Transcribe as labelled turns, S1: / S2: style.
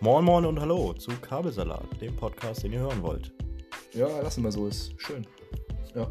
S1: Moin Moin und Hallo zu Kabelsalat, dem Podcast, den ihr hören wollt.
S2: Ja, lassen wir so, ist schön. Ja.